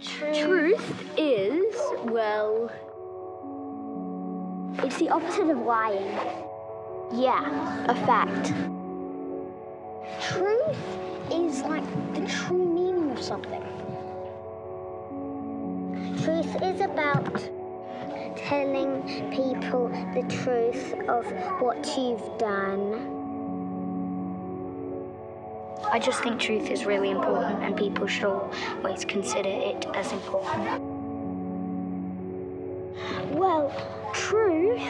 Truth is, well, It's the opposite of lying. yeah, a fact. Truth is like the true meaning of something. Truth is about telling people the truth of what you've done. I just think truth is really important and people should always consider it as important. Well, truth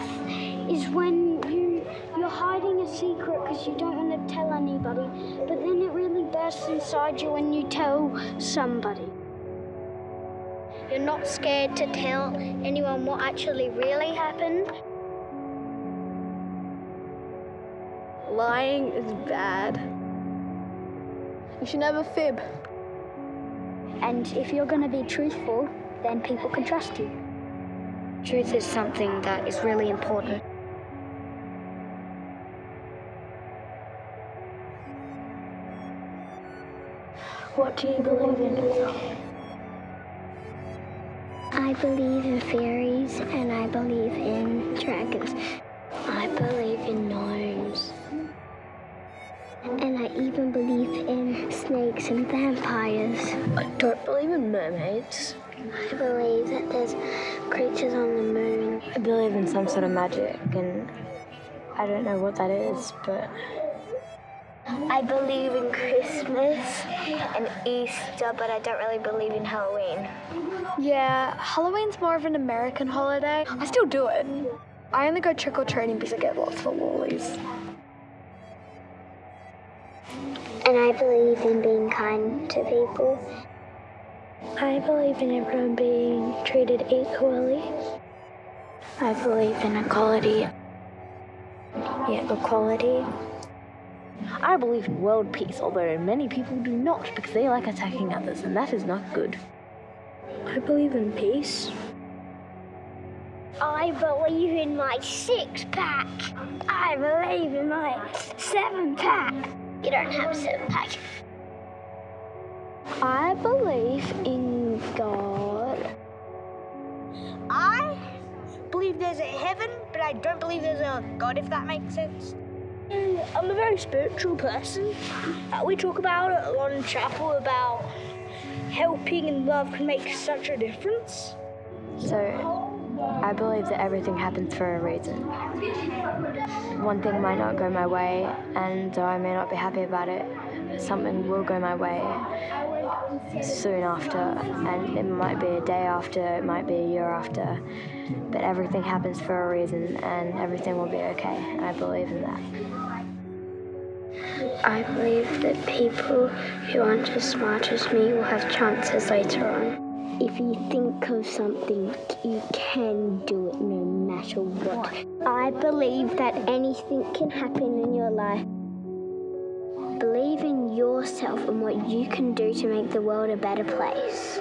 is when you you're hiding a secret because you don't want to tell anybody, but then it really bursts inside you when you tell somebody. You're not scared to tell anyone what actually really happened. Lying is bad. You should never fib. And if you're going to be truthful, then people can trust you. Truth is something that is really important. What do you believe in? I believe in fairies and I believe in dragons. I believe in gnomes. And I even believe in snakes and vampires. I don't believe in mermaids. I believe that there's creatures on the moon. I believe in some sort of magic, and I don't know what that is, but I believe in Christmas and Easter, but I don't really believe in Halloween. Yeah, Halloween's more of an American holiday. I still do it. I only go trick or treating because I get lots for lollies. And I believe in being kind to people. I believe in everyone being treated equally. I believe in equality. Yeah, equality. I believe in world peace, although many people do not because they like attacking others, and that is not good. I believe in peace. I believe in my six pack. I believe in my seven pack. You don't have a seven pack. I believe in God. I believe there's a heaven, but I don't believe there's a God, if that makes sense. I'm a very spiritual person. Uh, we talk about it a lot in chapel about helping and love can make such a difference. So, I believe that everything happens for a reason. One thing might not go my way, and though I may not be happy about it, something will go my way soon after, and it might be a day after, it might be a year after, but everything happens for a reason, and everything will be okay. and I believe in that. I believe that people who aren't as smart as me will have chances later on. If you think of something, you can do it no matter what. I believe that anything can happen in your life. Believe in yourself and what you can do to make the world a better place.